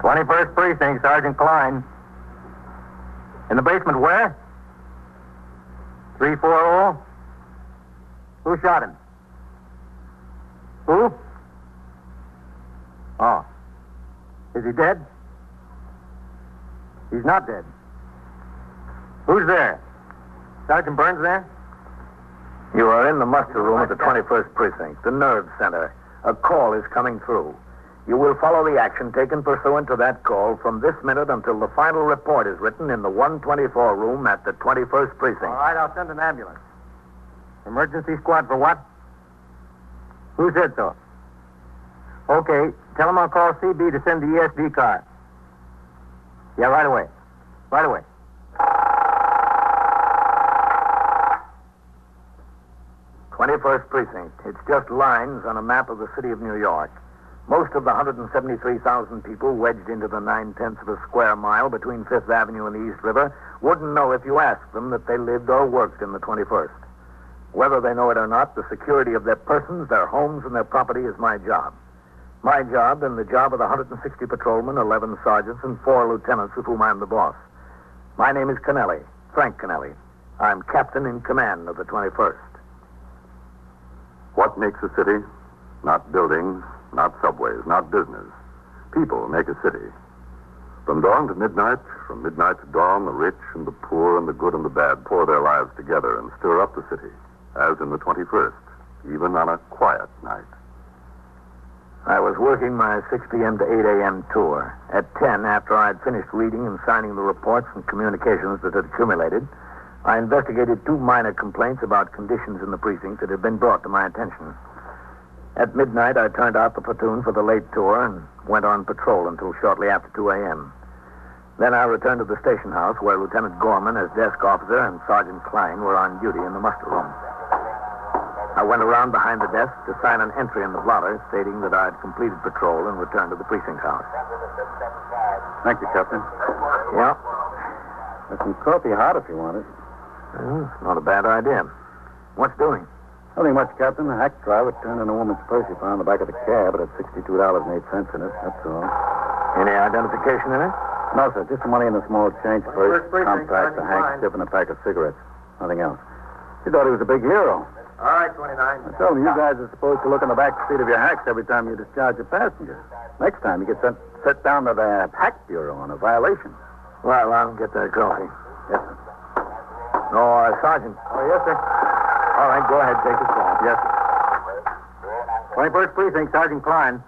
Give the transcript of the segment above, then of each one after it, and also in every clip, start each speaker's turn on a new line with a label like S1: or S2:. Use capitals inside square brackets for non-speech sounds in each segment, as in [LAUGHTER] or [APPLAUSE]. S1: 21st Precinct, Sergeant Klein. In the basement where? 340? Who shot him? Who? Oh. Is he dead? He's not dead. Who's there? Sergeant Burns there?
S2: You are in the muster room at the 21st Precinct, the nerve center. A call is coming through. You will follow the action taken pursuant to that call from this minute until the final report is written in the 124 room at the 21st
S1: All
S2: Precinct.
S1: right, I'll send an ambulance. Emergency squad for what? Who said so? Okay, tell him I'll call CB to send the
S2: E
S1: ESD car. Yeah, right away. Right away.
S2: Twenty-first precinct. It's just lines on a map of the city of New York. Most of the 173,000 people wedged into the nine-tenths of a square mile between Fifth Avenue and the East River wouldn't know if you asked them that they lived or worked in the 21st. Whether they know it or not, the security of their persons, their homes, and their property is my job. My job and the job of the 160 patrolmen, 11 sergeants, and four lieutenants of whom I'm the boss. My name is Kennelly, Frank Kennelly. I'm captain in command of the 21st.
S3: What makes a city? Not buildings, not subways, not business. People make a city. From dawn to midnight, from midnight to dawn, the rich and the poor and the good and the bad pour their lives together and stir up the city, as in the 21st, even on a quiet night.
S2: I was working my 6 p.m. to 8 a.m. tour. At 10, after I'd finished reading and signing the reports and communications that had accumulated, I investigated two minor complaints about conditions in the precinct that had been brought to my attention. At midnight, I turned out the platoon for the late tour and went on patrol until shortly after 2 a.m. Then I returned to the station house where Lieutenant Gorman, as desk officer, and Sergeant Klein were on duty in the muster room. I went around behind the desk to sign an entry in the blotter stating that I had completed patrol and returned to the precinct house.
S4: Thank you, Captain.
S2: Yeah,
S4: There's some coffee hot if you want it.
S2: well, it's Hmm, not a bad idea. What's doing?
S4: Nothing much, Captain. A hack driver turned in a woman's purse she found in the back of the cab. It had $62.08 in it. That's all.
S2: Any identification in it?
S4: No, sir. Just the money in a small change purse,
S1: First precinct,
S4: compact, a
S1: Sergeant
S4: handkerchief, and a pack of cigarettes. Nothing else. She thought he was a big hero.
S1: All right, 29.
S4: I told him you guys are supposed to look in the back seat of your hacks every time you discharge a passenger. Next time you get sent set down to the hack bureau on a violation.
S2: Well, I'll get that coffee.
S4: Yes, sir.
S2: Oh, uh, Sergeant.
S4: Oh, yes, sir.
S2: All right, go ahead, take the call.
S4: Yes, sir.
S1: 21st Precinct, Sergeant Klein.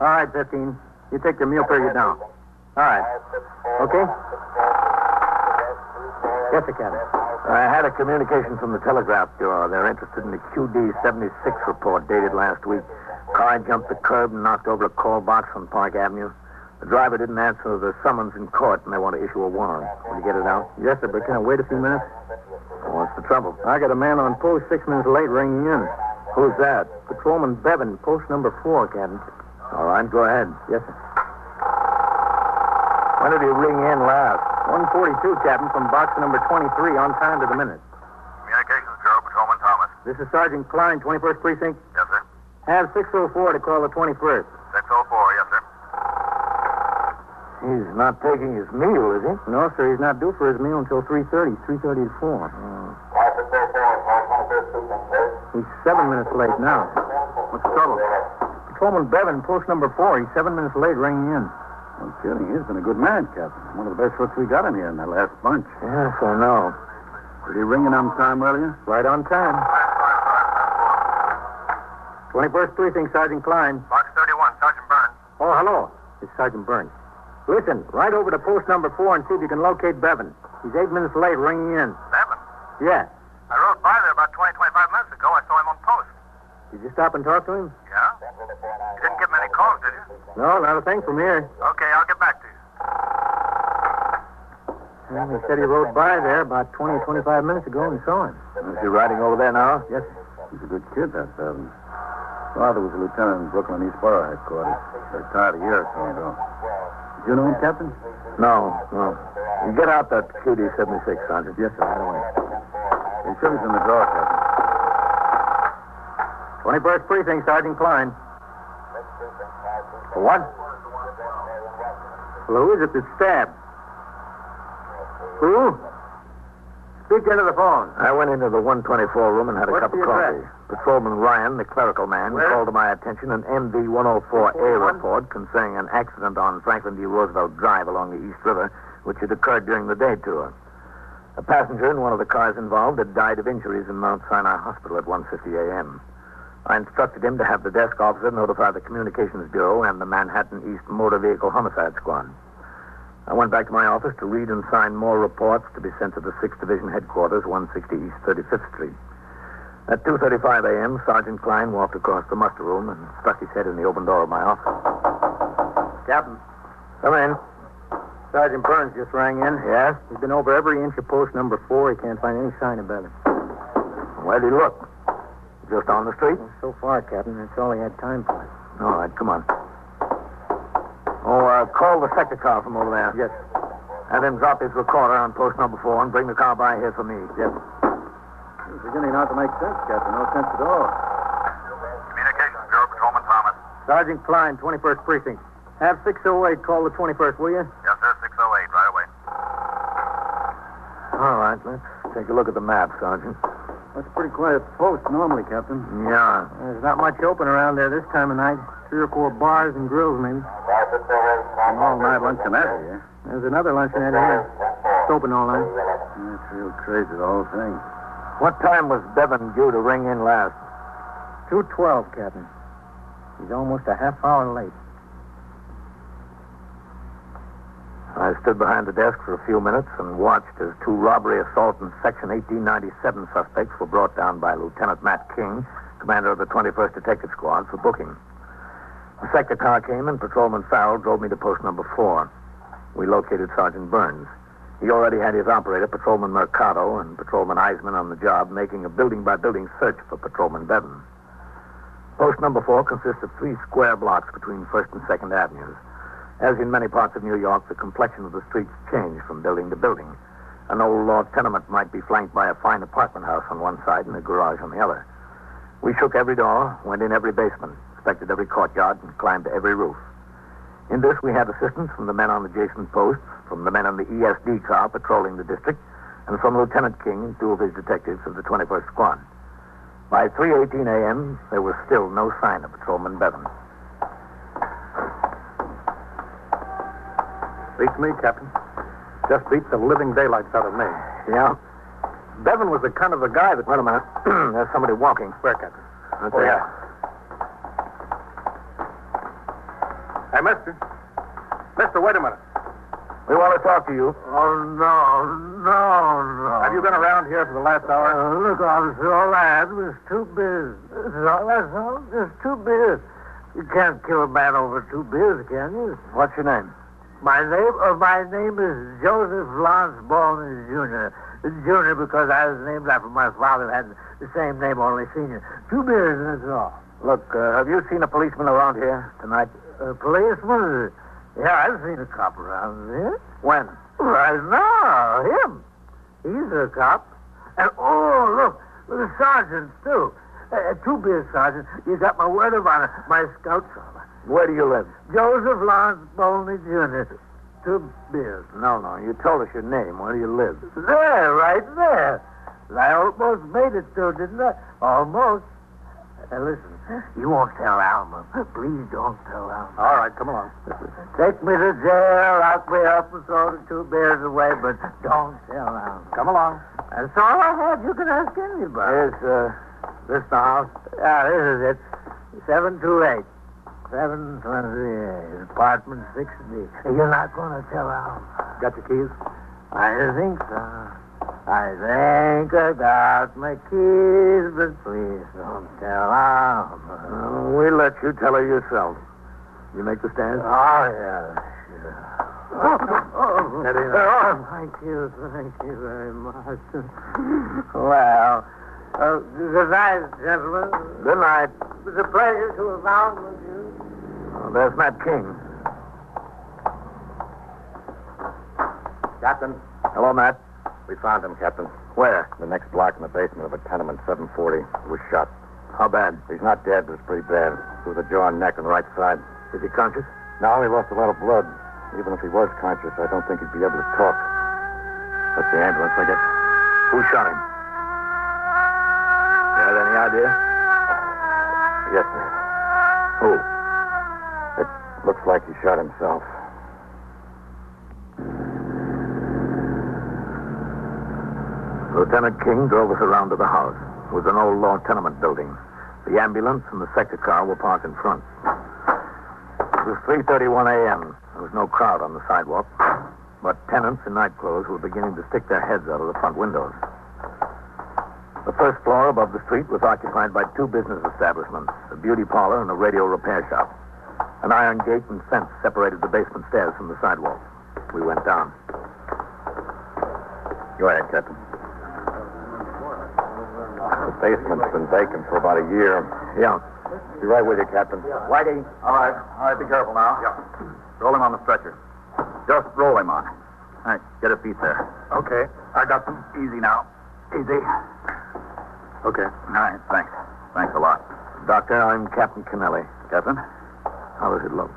S1: All right, 15. You take your meal period now. All right. Okay? Yes, sir, Captain.
S2: I had a communication from the Telegraph Bureau. They're interested in the QD 76 report dated last week. Car jumped the curb and knocked over a call box on Park Avenue. The driver didn't answer the summons in court, and they want to issue a warrant. Will you get it out?
S1: Yes, sir, but can I wait a few minutes?
S2: What's the trouble?
S1: I got a man on post six minutes late ringing in.
S2: Who's that?
S1: Patrolman Bevan, post number four, Captain.
S2: All right, go ahead.
S1: Yes, sir.
S2: When did he ring in last?
S1: 142, Captain, from box number 23, on time to the minute.
S3: Communications Bureau, Patrolman Thomas.
S1: This is Sergeant Klein, 21st Precinct.
S3: Yes, sir.
S1: Have 604 to call the 21st.
S3: 604, yes, sir.
S2: He's not taking his meal, is he?
S1: No, sir, he's not due for his meal until 3.30, 3.30 to 4. He's seven minutes late now.
S4: What's the trouble?
S1: Patrolman Bevan, post number four, he's seven minutes late ringing in.
S4: No kidding. He's been a good man, Captain. One of the best looks we got in here in that last bunch.
S2: Yes, I know.
S4: Was he ringing on time earlier?
S1: Right on time. 21st Precinct, Sergeant Klein.
S3: Box 31, Sergeant Burns.
S1: Oh, hello. It's Sergeant Burns. Listen, right over to post number four and see if you can locate Bevan. He's eight minutes late ringing in.
S3: Seven.
S1: Yeah.
S3: I rode by there about 20, 25 minutes ago. I saw him on post.
S1: Did you stop and talk to him?
S3: Yeah? You didn't get many calls, did you?
S1: No, not a thing from here.
S3: Okay, I'll get back to you.
S1: Well, he said he rode by there about 20 25 minutes ago and saw him.
S2: Is he riding over there now?
S4: Yes, sir. He's a good kid, that Bevan. Father was a lieutenant in Brooklyn East Borough headquarters. Retired a year or so ago. Did you know him, Captain?
S2: No, no. You Get out that QD 76, Sergeant.
S4: Yes, sir. Right away. His sugar's in the drawer, Captain.
S1: 21st Precinct, Sergeant Klein.
S2: What?
S5: Well, who is it that's stabbed? Who? Speak into the phone.
S2: I went into the 124 room and had a
S5: What's
S2: cup of
S5: the
S2: coffee. Patrolman Ryan, the clerical man,
S5: Where?
S2: called to my attention an MV 104A report concerning an accident on Franklin D. Roosevelt Drive along the East River, which had occurred during the day tour. A passenger in one of the cars involved had died of injuries in Mount Sinai Hospital at 1.50 a.m. I instructed him to have the desk officer notify the Communications Bureau and the Manhattan East Motor Vehicle Homicide Squad. I went back to my office to read and sign more reports to be sent to the 6th Division Headquarters, 160 East 35th Street. At 2.35 a.m., Sergeant Klein walked across the muster room and stuck his head in the open door of my office.
S5: Captain,
S2: Come in.
S5: Sergeant Burns just rang in.
S2: Yes?
S5: He's been over every inch of post number four. He can't find any sign about it.
S2: Where'd he look? Just on the street?
S5: So far, Captain, that's all he had time for.
S2: All right, come on. Oh, uh, call the sector car from over there.
S5: Yes.
S2: Have him drop his recorder on post number four and bring the car by here for me. Yes.
S4: It's beginning not to make sense, Captain. No sense at all.
S3: Communications Bureau, Patrolman Thomas.
S5: Sergeant Klein, 21st Precinct. Have 608 call the 21st, will you?
S3: Yes, sir, 608, right away.
S2: All right, let's take a look at the map, Sergeant.
S4: That's a pretty quiet post normally, Captain.
S2: Yeah.
S5: There's not much open around there this time of night. Three or four bars and grills, maybe.
S4: An all-night luncheonette here.
S5: There's another luncheonette here. It's open all night.
S4: That's real crazy, the whole thing.
S2: What time was Devon due to ring in last?
S5: 212, Captain. He's almost a half hour late.
S2: I stood behind the desk for a few minutes and watched as two robbery assault and Section 1897 suspects were brought down by Lieutenant Matt King, commander of the 21st Detective Squad, for booking. The sector car came and Patrolman Farrell drove me to post number four. We located Sergeant Burns. He already had his operator, Patrolman Mercado, and Patrolman Eisman on the job, making a building-by-building search for Patrolman Bevan. Post number four consists of three square blocks between 1st and 2nd Avenues. As in many parts of New York, the complexion of the streets changed from building to building. An old law tenement might be flanked by a fine apartment house on one side and a garage on the other. We shook every door, went in every basement, inspected every courtyard, and climbed to every roof. In this, we had assistance from the men on the adjacent posts, from the men on the ESD car patrolling the district, and from Lieutenant King and two of his detectives of the 21st Squad. By 3.18 a.m., there was still no sign of Patrolman Bevan.
S6: Beats me, Captain. Just beats the living daylights out of me.
S2: Yeah?
S6: Bevan was the kind of a guy that.
S2: Wait a minute. [CLEARS THROAT] There's somebody walking.
S6: Where, Captain?
S2: Right
S6: Oh,
S2: there.
S6: yeah. Hey, mister. Mister, wait a minute.
S2: We want to talk to you.
S6: Oh, no, no, no. Uh, Have you been around here for the last hour?
S4: look, officer, all that was two beers. That's all. Just two beers. You can't kill a man over two beers, can you?
S2: What's your name?
S4: My name, uh, my name is Joseph Lance Baldwin Jr. Jr. because I was named after my father who had the same name, only senior. Two beers, and that's all.
S2: Look, uh, have you seen a policeman around here tonight?
S4: A policeman? Yeah, I've seen a cop around here.
S2: When?
S4: Right now, him. He's a cop. And, oh, look, the sergeants, too. Uh, two beers, Sergeant. You got my word of honor, my scout's honor.
S2: Where do you live?
S4: Joseph Lawrence Bowley Jr. Two beers.
S2: No, no. You told us your name. Where do you live?
S4: There, right there. I almost made it, though, didn't I? Almost. Uh, listen, you won't tell Alma. Please don't tell Alma.
S6: All right, come along.
S4: Take me to jail, lock me up, and throw the two bears away, but don't tell out.
S6: Come along.
S4: That's all I have. You can ask anybody.
S2: Is uh, this the house?
S4: Ah, this is it. 728. 728, apartment 6D. You're not going to tell out.
S6: Got your keys?
S4: I think so. I think I got my keys, but please don't tell out.
S2: Uh, we let you tell her yourself. You make the
S4: Oh,
S2: stand?
S4: yeah. Oh,
S2: [LAUGHS]
S4: oh, oh, thank you, thank you very much. Well, uh, good night, gentlemen.
S2: Good night.
S4: It was a pleasure to have found with you.
S2: Oh, there's Matt King.
S6: Captain.
S2: Hello, Matt.
S6: We found him, Captain.
S2: Where?
S6: The next block in the basement of a tenement, 740. He was shot.
S2: How bad?
S6: He's not dead, but it's pretty bad. It was a jaw and neck on the right side.
S2: Is he conscious?
S6: Now he lost a lot of blood.
S2: Even if he was conscious, I don't think he'd be able to talk. That's the ambulance, I guess. Who shot him? You have any idea? Yes, sir. Who? It looks like he shot himself. Lieutenant King drove us around to the house. It was an old law tenement building. The ambulance and the sector car were parked in front. It was 3.31 a.m. There was no crowd on the sidewalk, but tenants in nightclothes were beginning to stick their heads out of the front windows. The first floor above the street was occupied by two business establishments, a beauty parlor and a radio repair shop. An iron gate and fence separated the basement stairs from the sidewalk. We went down. Go ahead, Captain.
S7: The basement's been vacant for about a year.
S2: Yeah.
S7: Be right with you, Captain.
S2: Whitey.
S4: All right. All right, be careful now. Yeah. Roll him on the stretcher. Just roll him on. All right, get his feet there. Okay. I got them. Easy now. Easy. Okay. All right, thanks. Thanks a lot.
S2: Doctor, I'm Captain Kennelly.
S4: Captain,
S2: How does it look?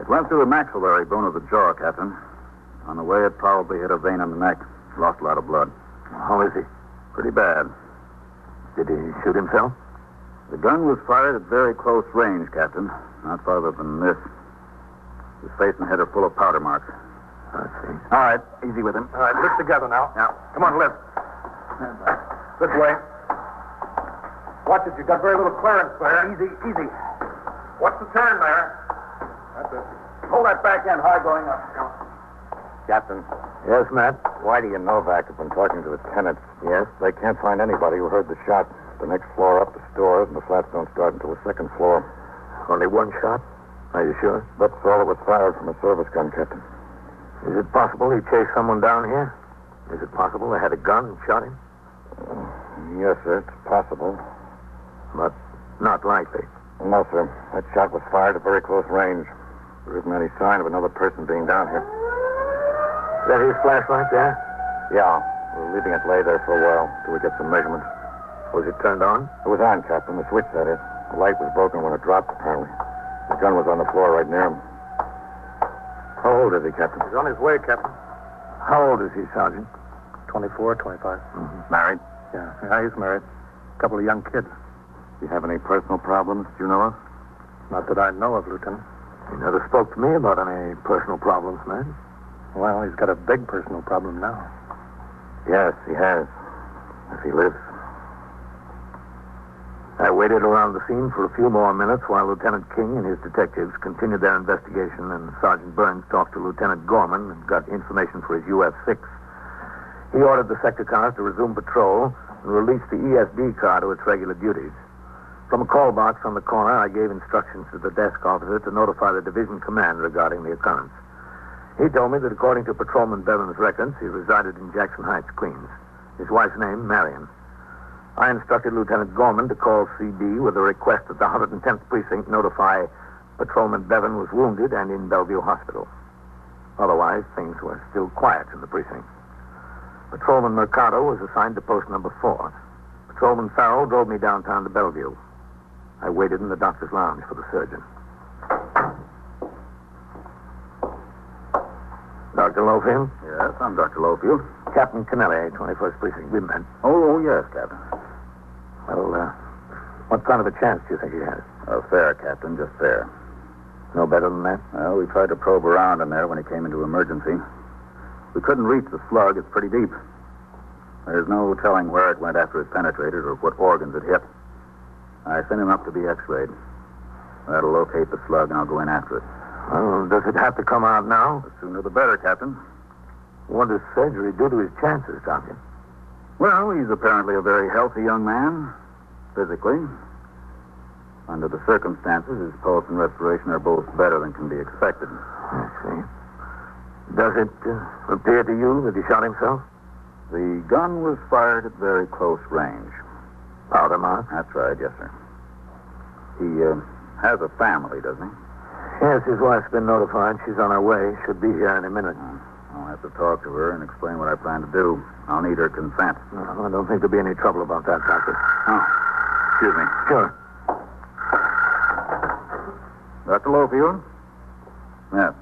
S4: it went through the maxillary bone of the jaw, Captain. On the way, it probably hit a vein in the neck. Lost a lot of blood.
S2: How Oh, is he?
S4: Pretty bad.
S2: Did he shoot himself?
S4: The gun was fired at very close range, Captain. Not farther than this. His face and head are full of powder marks.
S2: I see.
S4: All right, easy with him.
S8: All right, lift together now.
S4: Now,
S8: Come on, lift. This way. Watch it. You've got very little clearance there.
S4: easy, easy.
S8: What's the turn there? That's it. Pull that back end high going up.
S7: Captain,
S2: Yes, Matt?
S7: Whitey and Novak have been talking to the tenants.
S2: Yes?
S7: They can't find anybody who heard the shot. The next floor up the stores, and the flats don't start until the second floor.
S2: Only one shot? Are you sure?
S7: That's all that was fired from a service gun, Captain.
S2: Is it possible he chased someone down here? Is it possible they had a gun and shot him?
S7: Yes, sir, it's possible.
S2: But not likely.
S7: No, sir. That shot was fired at very close range. There isn't any sign of another person being down here.
S2: Is that his flashlight there?
S7: Yeah, we're leaving it lay there for a while till we get some measurements.
S2: Was it turned on?
S7: It was on, Captain. The switch, that is. The light was broken when it dropped, apparently. The gun was on the floor right near him.
S2: How old is he, Captain?
S8: He's on his way, Captain.
S2: How old is he, Sergeant?
S8: 24, 25.
S2: Married.
S8: Yeah, yeah he's married. A couple of young kids.
S7: Do you have any personal problems? Do you know of?
S8: Not that I know of, Lieutenant.
S2: He never spoke to me about any personal problems, man.
S8: Well, he's got a big personal problem now.
S7: Yes, he has. If he lives.
S2: I waited around the scene for a few more minutes while Lieutenant King and his detectives continued their investigation, and Sergeant Burns talked to Lieutenant Gorman and got information for his UF-6. He ordered the sector cars to resume patrol and released the ESB car to its regular duties. From a call box on the corner, I gave instructions to the desk officer to notify the division command regarding the occurrence. He told me that according to Patrolman Bevan's records, he resided in Jackson Heights, Queens. His wife's name, Marion. I instructed Lieutenant Gorman to call CB with a request that the 110th Precinct notify Patrolman Bevan was wounded and in Bellevue Hospital. Otherwise, things were still quiet in the precinct. Patrolman Mercado was assigned to post number four. Patrolman Farrell drove me downtown to Bellevue. I waited in the doctor's lounge for the surgeon. Dr. Lofield?
S4: Yes, I'm Dr. Lowfield.
S2: Captain Kennelly, 21st Precinct. We met.
S4: Oh, oh, yes, Captain.
S2: Well, uh, what kind of a chance do you think he has?
S4: Oh, fair, Captain, just fair.
S2: No better than that?
S4: Well, we tried to probe around in there when he came into emergency. We couldn't reach the slug. It's pretty deep. There's no telling where it went after it penetrated or what organs it hit. I sent him up to be x-rayed. That'll locate the slug, and I'll go in after it.
S2: Well, does it have to come out now?
S4: The sooner the better, Captain.
S2: What does surgery do to his chances, Doctor?
S4: Well, he's apparently a very healthy young man, physically. Under the circumstances, his pulse and respiration are both better than can be expected.
S2: I see. Does it uh, appear to you that he shot himself?
S4: The gun was fired at very close range.
S2: Powder mark?
S4: That's right, yes, sir. He uh, has a family, doesn't he?
S2: Yes, his wife's been notified. She's on her way. Should be here any minute.
S4: I'll have to talk to her and explain what I plan to do. I'll need her consent. Oh,
S2: No, I don't think there'll be any trouble about that, Doctor.
S4: Excuse me.
S2: Sure.
S4: Dr. Lowfield? Yes.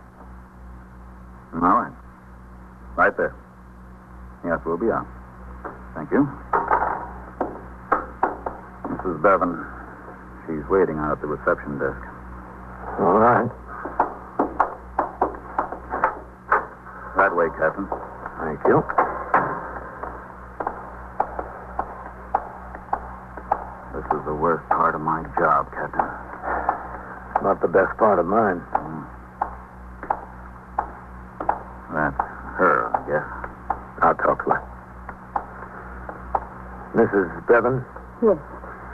S4: All right. Right there. Yes, we'll be on. Thank you. Mrs. Bevan, she's waiting out at the reception desk.
S2: All right.
S4: That way, Captain.
S2: Thank you.
S4: This is the worst part of my job, Captain.
S2: Not the best part of mine.
S4: That's her, I guess.
S2: I'll talk to her. Mrs. Bevan,
S9: Yes.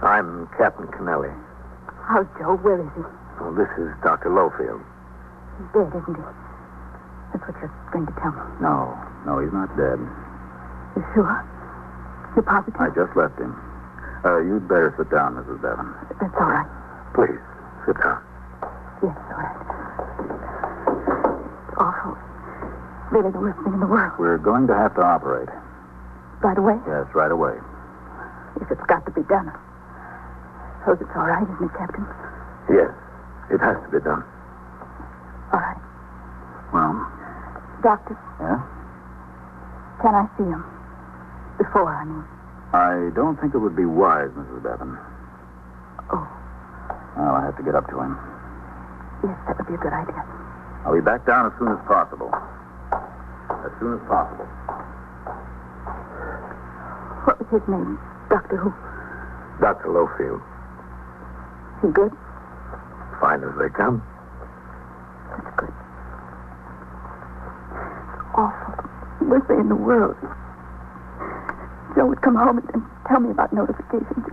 S2: I'm Captain Kennelly.
S9: How, Oh, Joe? Where is he?
S2: Well, this is Dr. Lowfield.
S9: He's dead, isn't he? That's what you're going to tell me.
S4: No, no, he's not dead.
S9: You sure? You're positive?
S4: I just left him. Uh, you'd better sit down, Mrs. Bevan.
S9: That's all right.
S2: Please, sit down.
S9: Yes, all right. It's awful. Really the worst thing in the world.
S4: We're going to have to operate.
S9: Right away,
S4: Yes, right away.
S9: if it's got to be done. Suppose it's all right, isn't it, Captain?
S2: Yes, it has to be done.
S9: All right.
S4: Well,
S9: Doctor,
S4: yeah.
S9: can I see him? Before, I mean.
S4: I don't think it would be wise, Mrs. Bevan.
S9: Oh.
S4: Well, I have to get up to him.
S9: Yes, that would be a good idea.
S4: I'll be back down as soon as possible. As soon as possible.
S9: What was his name? Doctor who?
S2: Dr. Lowfield,
S9: He good?
S2: fine as they come.
S9: That's good. Awful. Worst thing in the world. Joe would come home and, and tell me about notifications.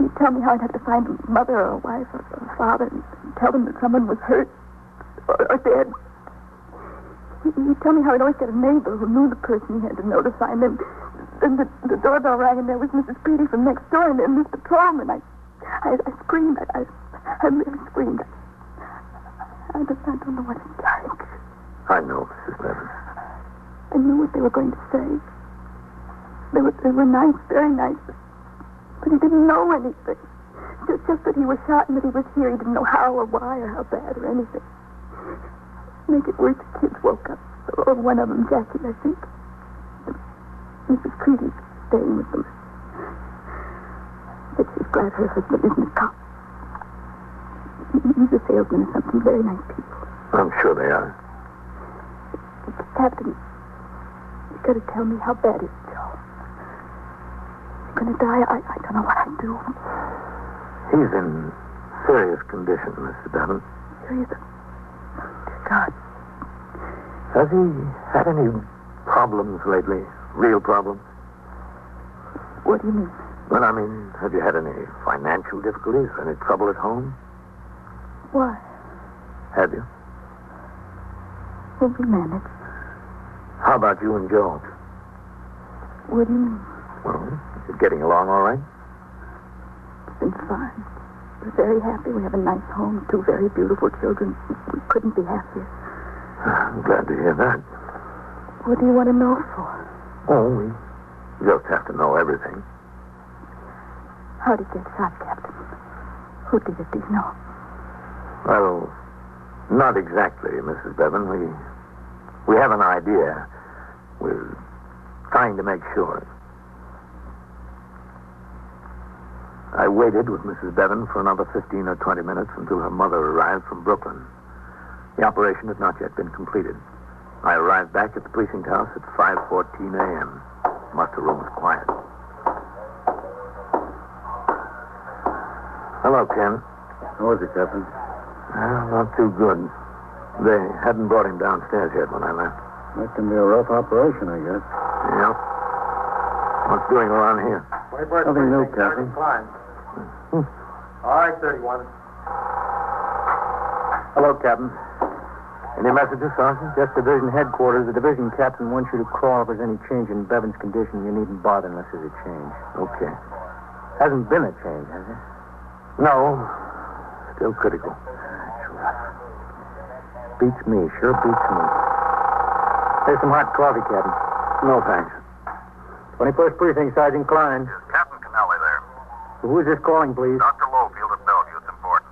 S9: He'd tell me how I'd have to find a mother or a wife or a father and, and tell them that someone was hurt or, or dead. He, he'd tell me how I'd always get a neighbor who knew the person he had to notify. And then, then the, the doorbell rang and there was Mrs. Petey from next door and then Mr. Tallman. I, I, I screamed. I, I, I really screamed. I just I don't know what it's like.
S2: I know, Mrs. Bevan.
S9: I knew what they were going to say. They were, they were nice, very nice, but, but he didn't know anything. Just, just that he was shot and that he was here. He didn't know how or why or how bad or anything. Make it worse, the kids woke up. Or one of them, Jackie, I think. Mrs. Creedy staying with them. But she's glad her husband isn't a cop. He's a salesman or something. Very nice people.
S2: I'm sure they are.
S9: Captain, you gotta tell me how bad is Joe. He's gonna die. I, I don't know what I'd do.
S2: He's in serious condition, Mr. Bevan.
S9: Serious. God,
S2: Has he had any problems lately? Real problems?
S9: what do you mean?
S2: Well, I mean, have you had any financial difficulties? Any trouble at home?
S9: Why?
S2: Have you?
S9: Will we manage?
S2: How about you and Joe?
S9: What do you mean?
S2: Well, you're getting along all right? [LAUGHS]
S9: It's been fine. We're very happy. We have a nice home, two very beautiful children. We couldn't be happier.
S2: I'm glad to hear that.
S9: What do you want to know for?
S2: Oh, we just have to know everything.
S9: How did you get shot, Captain? Who did it? Do you know?
S2: Well, not exactly, Mrs. Bevan. We we have an idea. We're trying to make sure. I waited with Mrs. Bevan for another 15 or 20 minutes until her mother arrived from Brooklyn. The operation had not yet been completed. I arrived back at the precinct house at 5.14 a.m. Muster room was quiet. Hello, Ken.
S4: Who is it, Captain?
S2: Well, not too good. They hadn't brought him downstairs yet when I left.
S4: That can be a rough operation, I guess.
S2: Yeah. What's doing around here?
S4: Nothing new, Captain.
S8: All right, 31.
S4: Hello, Captain.
S2: Any messages, Sergeant?
S1: Just division headquarters. The division captain wants you to call if there's any change in Bevan's condition. You needn't bother unless there's a change.
S2: Okay.
S1: Hasn't been a change, has it?
S2: No. Still critical.
S1: Beats me. Sure beats me. There's some hot coffee, Captain.
S2: No, thanks.
S1: 21st Precinct, Sergeant Klein.
S10: Captain Canelli there.
S1: Who is this calling, please?
S10: Dr. Lowfield at Bellevue. It's important.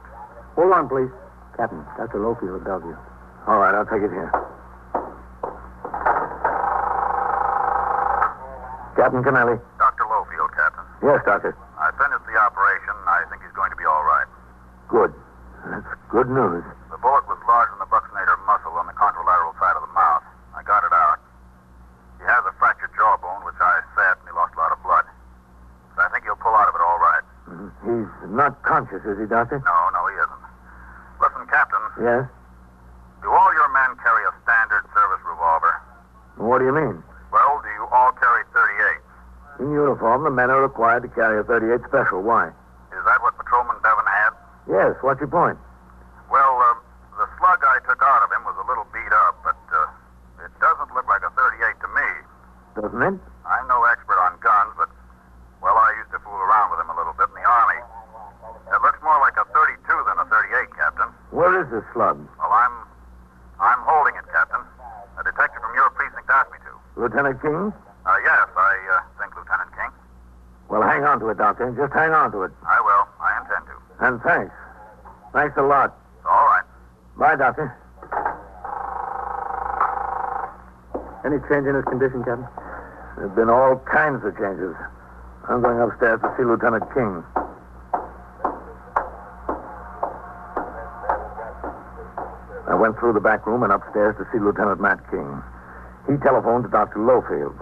S1: Hold on, please. Captain, Dr. Lowfield of Bellevue.
S2: All right, I'll take it here. Captain Kennelly?
S3: Dr. Lowfield, Captain.
S2: Yes, Doctor.
S3: I finished the operation. I think he's going to be all right.
S2: Good. That's good news.
S3: The bullet was lodged in the buccinator muscle on the contralateral side of the mouth. I got it out. He has a fractured jawbone, which I set, and he lost a lot of blood. But I think he'll pull out of it all right.
S2: He's not conscious, is he, Doctor?
S3: No, no, he isn't. Listen, Captain,
S2: Yes.
S3: do all your men carry a standard service revolver?
S2: What do you mean?
S3: Well, do you all carry 38?
S2: In uniform, the men are required to carry a 38 special. Why?
S3: Is that what Patrolman Devon had?
S2: Yes, what's your point?
S3: Well, uh, the slug I took out of him was a little beat up, but uh, it doesn't look like a 38 to me.
S2: Doesn't it?
S3: I'm no expert on guns, but, well, I used to fool around with him a little bit in the Army. It looks more like a 32 than a 38, Captain.
S2: Where is this slug?
S3: Well, I'm, I'm holding it, Captain. A detective from your precinct asked me to.
S2: Lieutenant King?
S3: Uh, yes, I uh, think, Lieutenant King.
S2: Well, hang on to it, Doctor. Just hang on to it.
S3: I will. I intend to.
S2: And thanks. Thanks a lot.
S3: All right.
S2: Bye, Doctor.
S1: Any change in his condition, Captain?
S2: There have been all kinds of changes. I'm going upstairs to see Lieutenant King. I went through the back room and upstairs to see Lieutenant Matt King. He telephoned to Dr. Lowfield.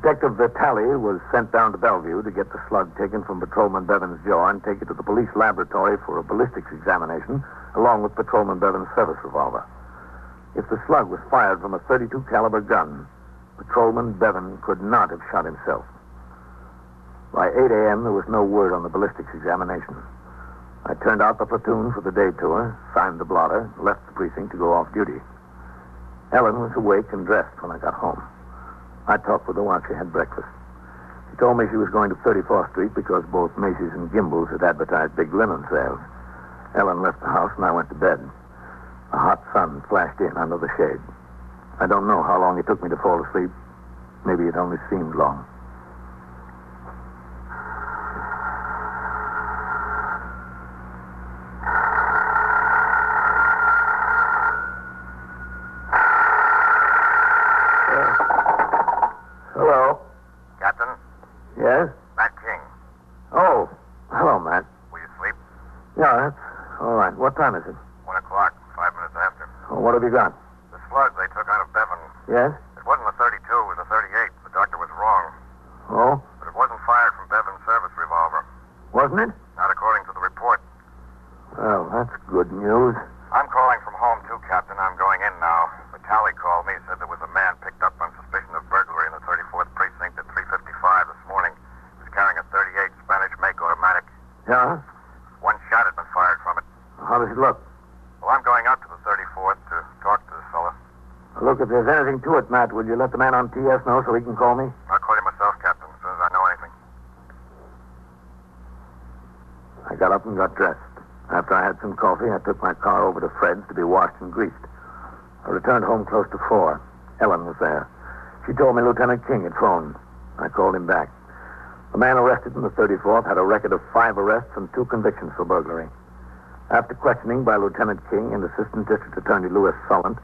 S2: Detective Vitale was sent down to Bellevue to get the slug taken from Patrolman Bevan's jaw and take it to the police laboratory for a ballistics examination, along with Patrolman Bevan's service revolver. If the slug was fired from a 32 caliber gun, Patrolman Bevan could not have shot himself. By 8 a.m., there was no word on the ballistics examination. I turned out the platoon for the day tour, signed the blotter, and left the precinct to go off duty. Ellen was awake and dressed when I got home. I talked with her while she had breakfast. She told me she was going to 34th Street because both Macy's and Gimbel's had advertised big linen sales. Ellen left the house and I went to bed. A hot sun flashed in under the shade. I don't know how long it took me to fall asleep. Maybe it only seemed long. Hello.
S3: Captain,
S2: Yes?
S3: Matt King.
S2: Oh, hello, Matt.
S3: Will you sleep?
S2: Yeah, that's all right. What time is it?
S3: One o'clock, five minutes after.
S2: Oh, what have you got?
S3: The slug they took out of Bevan.
S2: Yes?
S3: It wasn't a 32, it was a 38. The doctor was wrong.
S2: Oh,
S3: But it wasn't fired from Bevan's service revolver.
S2: wasn't it?
S3: Not according to the report.
S2: Well, that's good news.
S3: I'm calling from home, too, Captain. I'm going in now. Vitale called me, said there was a man picked up on suspicion of burglary in the 34th precinct at 3.55 this morning. He was carrying a 38 Spanish make automatic.
S2: Yeah?
S3: One shot had been fired from it.
S2: How does it look?
S3: Well, I'm going out to the 34th to talk to this fella.
S2: Look, if there's anything to it, Matt, will you let the man on TS know so he can call me?
S3: I'll call you myself, Captain, as soon as I know anything.
S2: I got up and got dressed. After I had some coffee, I took my car over to Fred's to be washed and greased. I returned home close to four. Ellen was there. She told me Lieutenant King had phoned. I called him back. The man arrested in the 34th had a record of five arrests and two convictions for burglary. After questioning by Lieutenant King and Assistant District Attorney Louis Solent,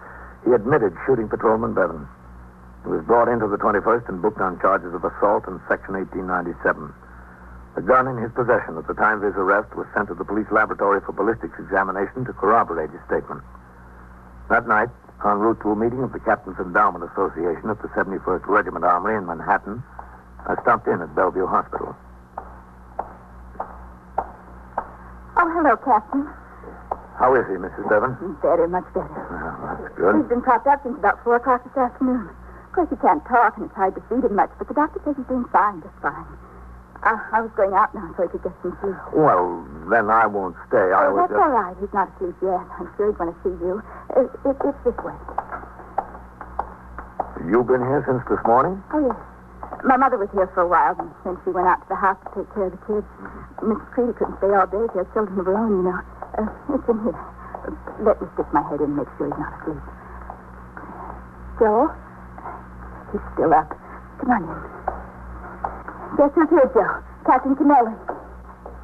S2: he admitted shooting Patrolman Bevan. He was brought into the 21st and booked on charges of assault in Section 1897. The gun in his possession at the time of his arrest was sent to the police laboratory for ballistics examination to corroborate his statement. That night, en route to a meeting of the Captain's Endowment Association at the 71st Regiment Armory in Manhattan, I stopped in at Bellevue Hospital.
S9: Oh, hello, Captain.
S2: How is he, Mrs. Devon?
S9: Better, much better.
S2: Well, Ah, that's
S9: He's
S2: good.
S9: been propped up since about 4 o'clock this afternoon. Of course, he can't talk, and it's hard to feed him much, but the doctor says he's doing fine, just fine. Uh, I was going out now so he could get some sleep.
S2: Well, then I won't stay. I
S9: oh,
S2: was
S9: that's
S2: just...
S9: all right. He's not asleep yet. I'm sure he'd want to see you. It, it, it's this way.
S2: You've been here since this morning?
S9: Oh, yes. My mother was here for a while, and then she went out to the house to take care of the kids. Mrs. Creedy couldn't stay all day. She had children of her own, you know. Uh, it's in here. Uh, Let me stick my head in and make sure he's not asleep. Joe? He's still up. Come on in. Guess who's here, Joe? Captain Canelli.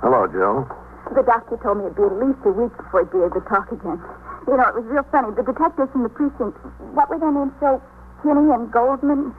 S2: Hello, Joe.
S9: The doctor told me it'd be at least a week before he'd be able to talk again. You know, it was real funny. The detectives from the precinct, what were their names, Joe? Kinney and Goldman?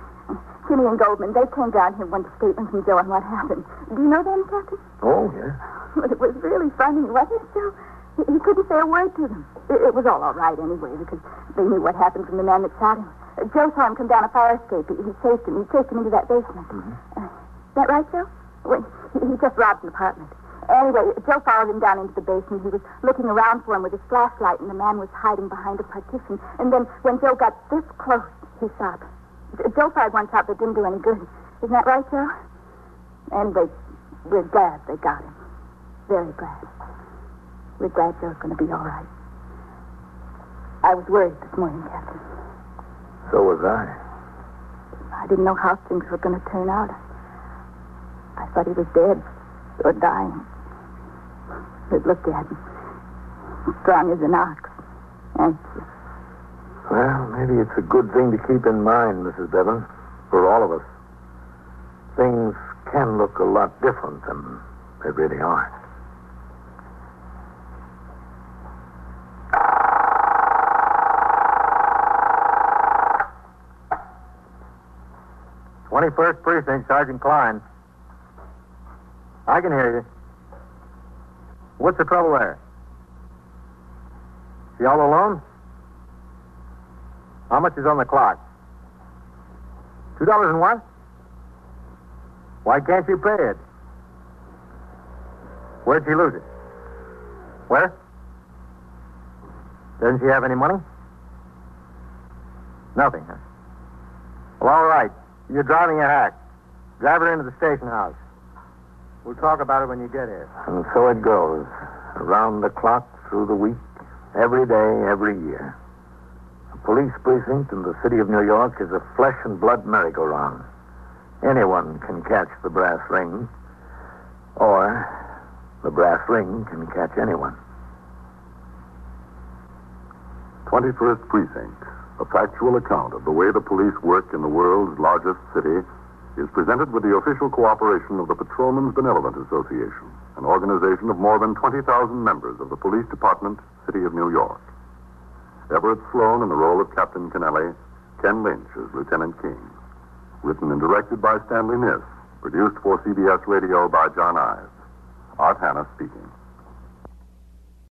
S9: Jimmy and Goldman, they came down here and wanted statements from Joe on what happened. Do you know them, Captain?
S2: Oh, yes.
S9: But it was really funny, wasn't it, Joe? He, he couldn't say a word to them. It, it was all all right anyway, because they knew what happened from the man that shot him. Uh, Joe saw him come down a fire escape. He, he chased him. He chased him into that basement. Uh, is that right, Joe? When, he, he just robbed an apartment. Anyway, Joe followed him down into the basement. He was looking around for him with his flashlight, and the man was hiding behind a partition. And then when Joe got this close, he shot. J- Joe fired one shot that didn't do any good. Isn't that right, Joe? Anyway, we're glad they got him. Very glad. We're glad Joe's going to be all right. I was worried this morning, Captain.
S2: So was I.
S9: I didn't know how things were going to turn out. I thought he was dead or dying. But look at him. Strong as an ox. Anxious.
S2: Well, maybe it's a good thing to keep in mind, Mrs. Devon, for all of us. Things can look a lot different than they really are.
S11: Twenty-first precinct, Sergeant Klein. I can hear you. What's the trouble there? You all alone? How much is on the clock? Two dollars and what? Why can't you pay it? Where'd she lose it? Where? Doesn't she have any money? Nothing, huh? Well, all right. You're driving a hack. Drive her into the station house. We'll talk about it when you get here.
S2: And so it goes, around the clock, through the week, every day, every year. A police precinct in the city of New York is a flesh and blood merry-go-round. Anyone can catch the brass ring, or the brass ring can catch anyone.
S4: 21st Precinct, a factual account of the way the police work in the world's largest city, is presented with the official cooperation of the Patrolmen's Benevolent Association, an organization of more than 20,000 members of the Police Department, City of New York. Everett Sloan in the role of Captain Kennelly, Ken Lynch as Lieutenant King. Written and directed by Stanley Niss, produced for CBS Radio by John Ives. Art Hanna speaking.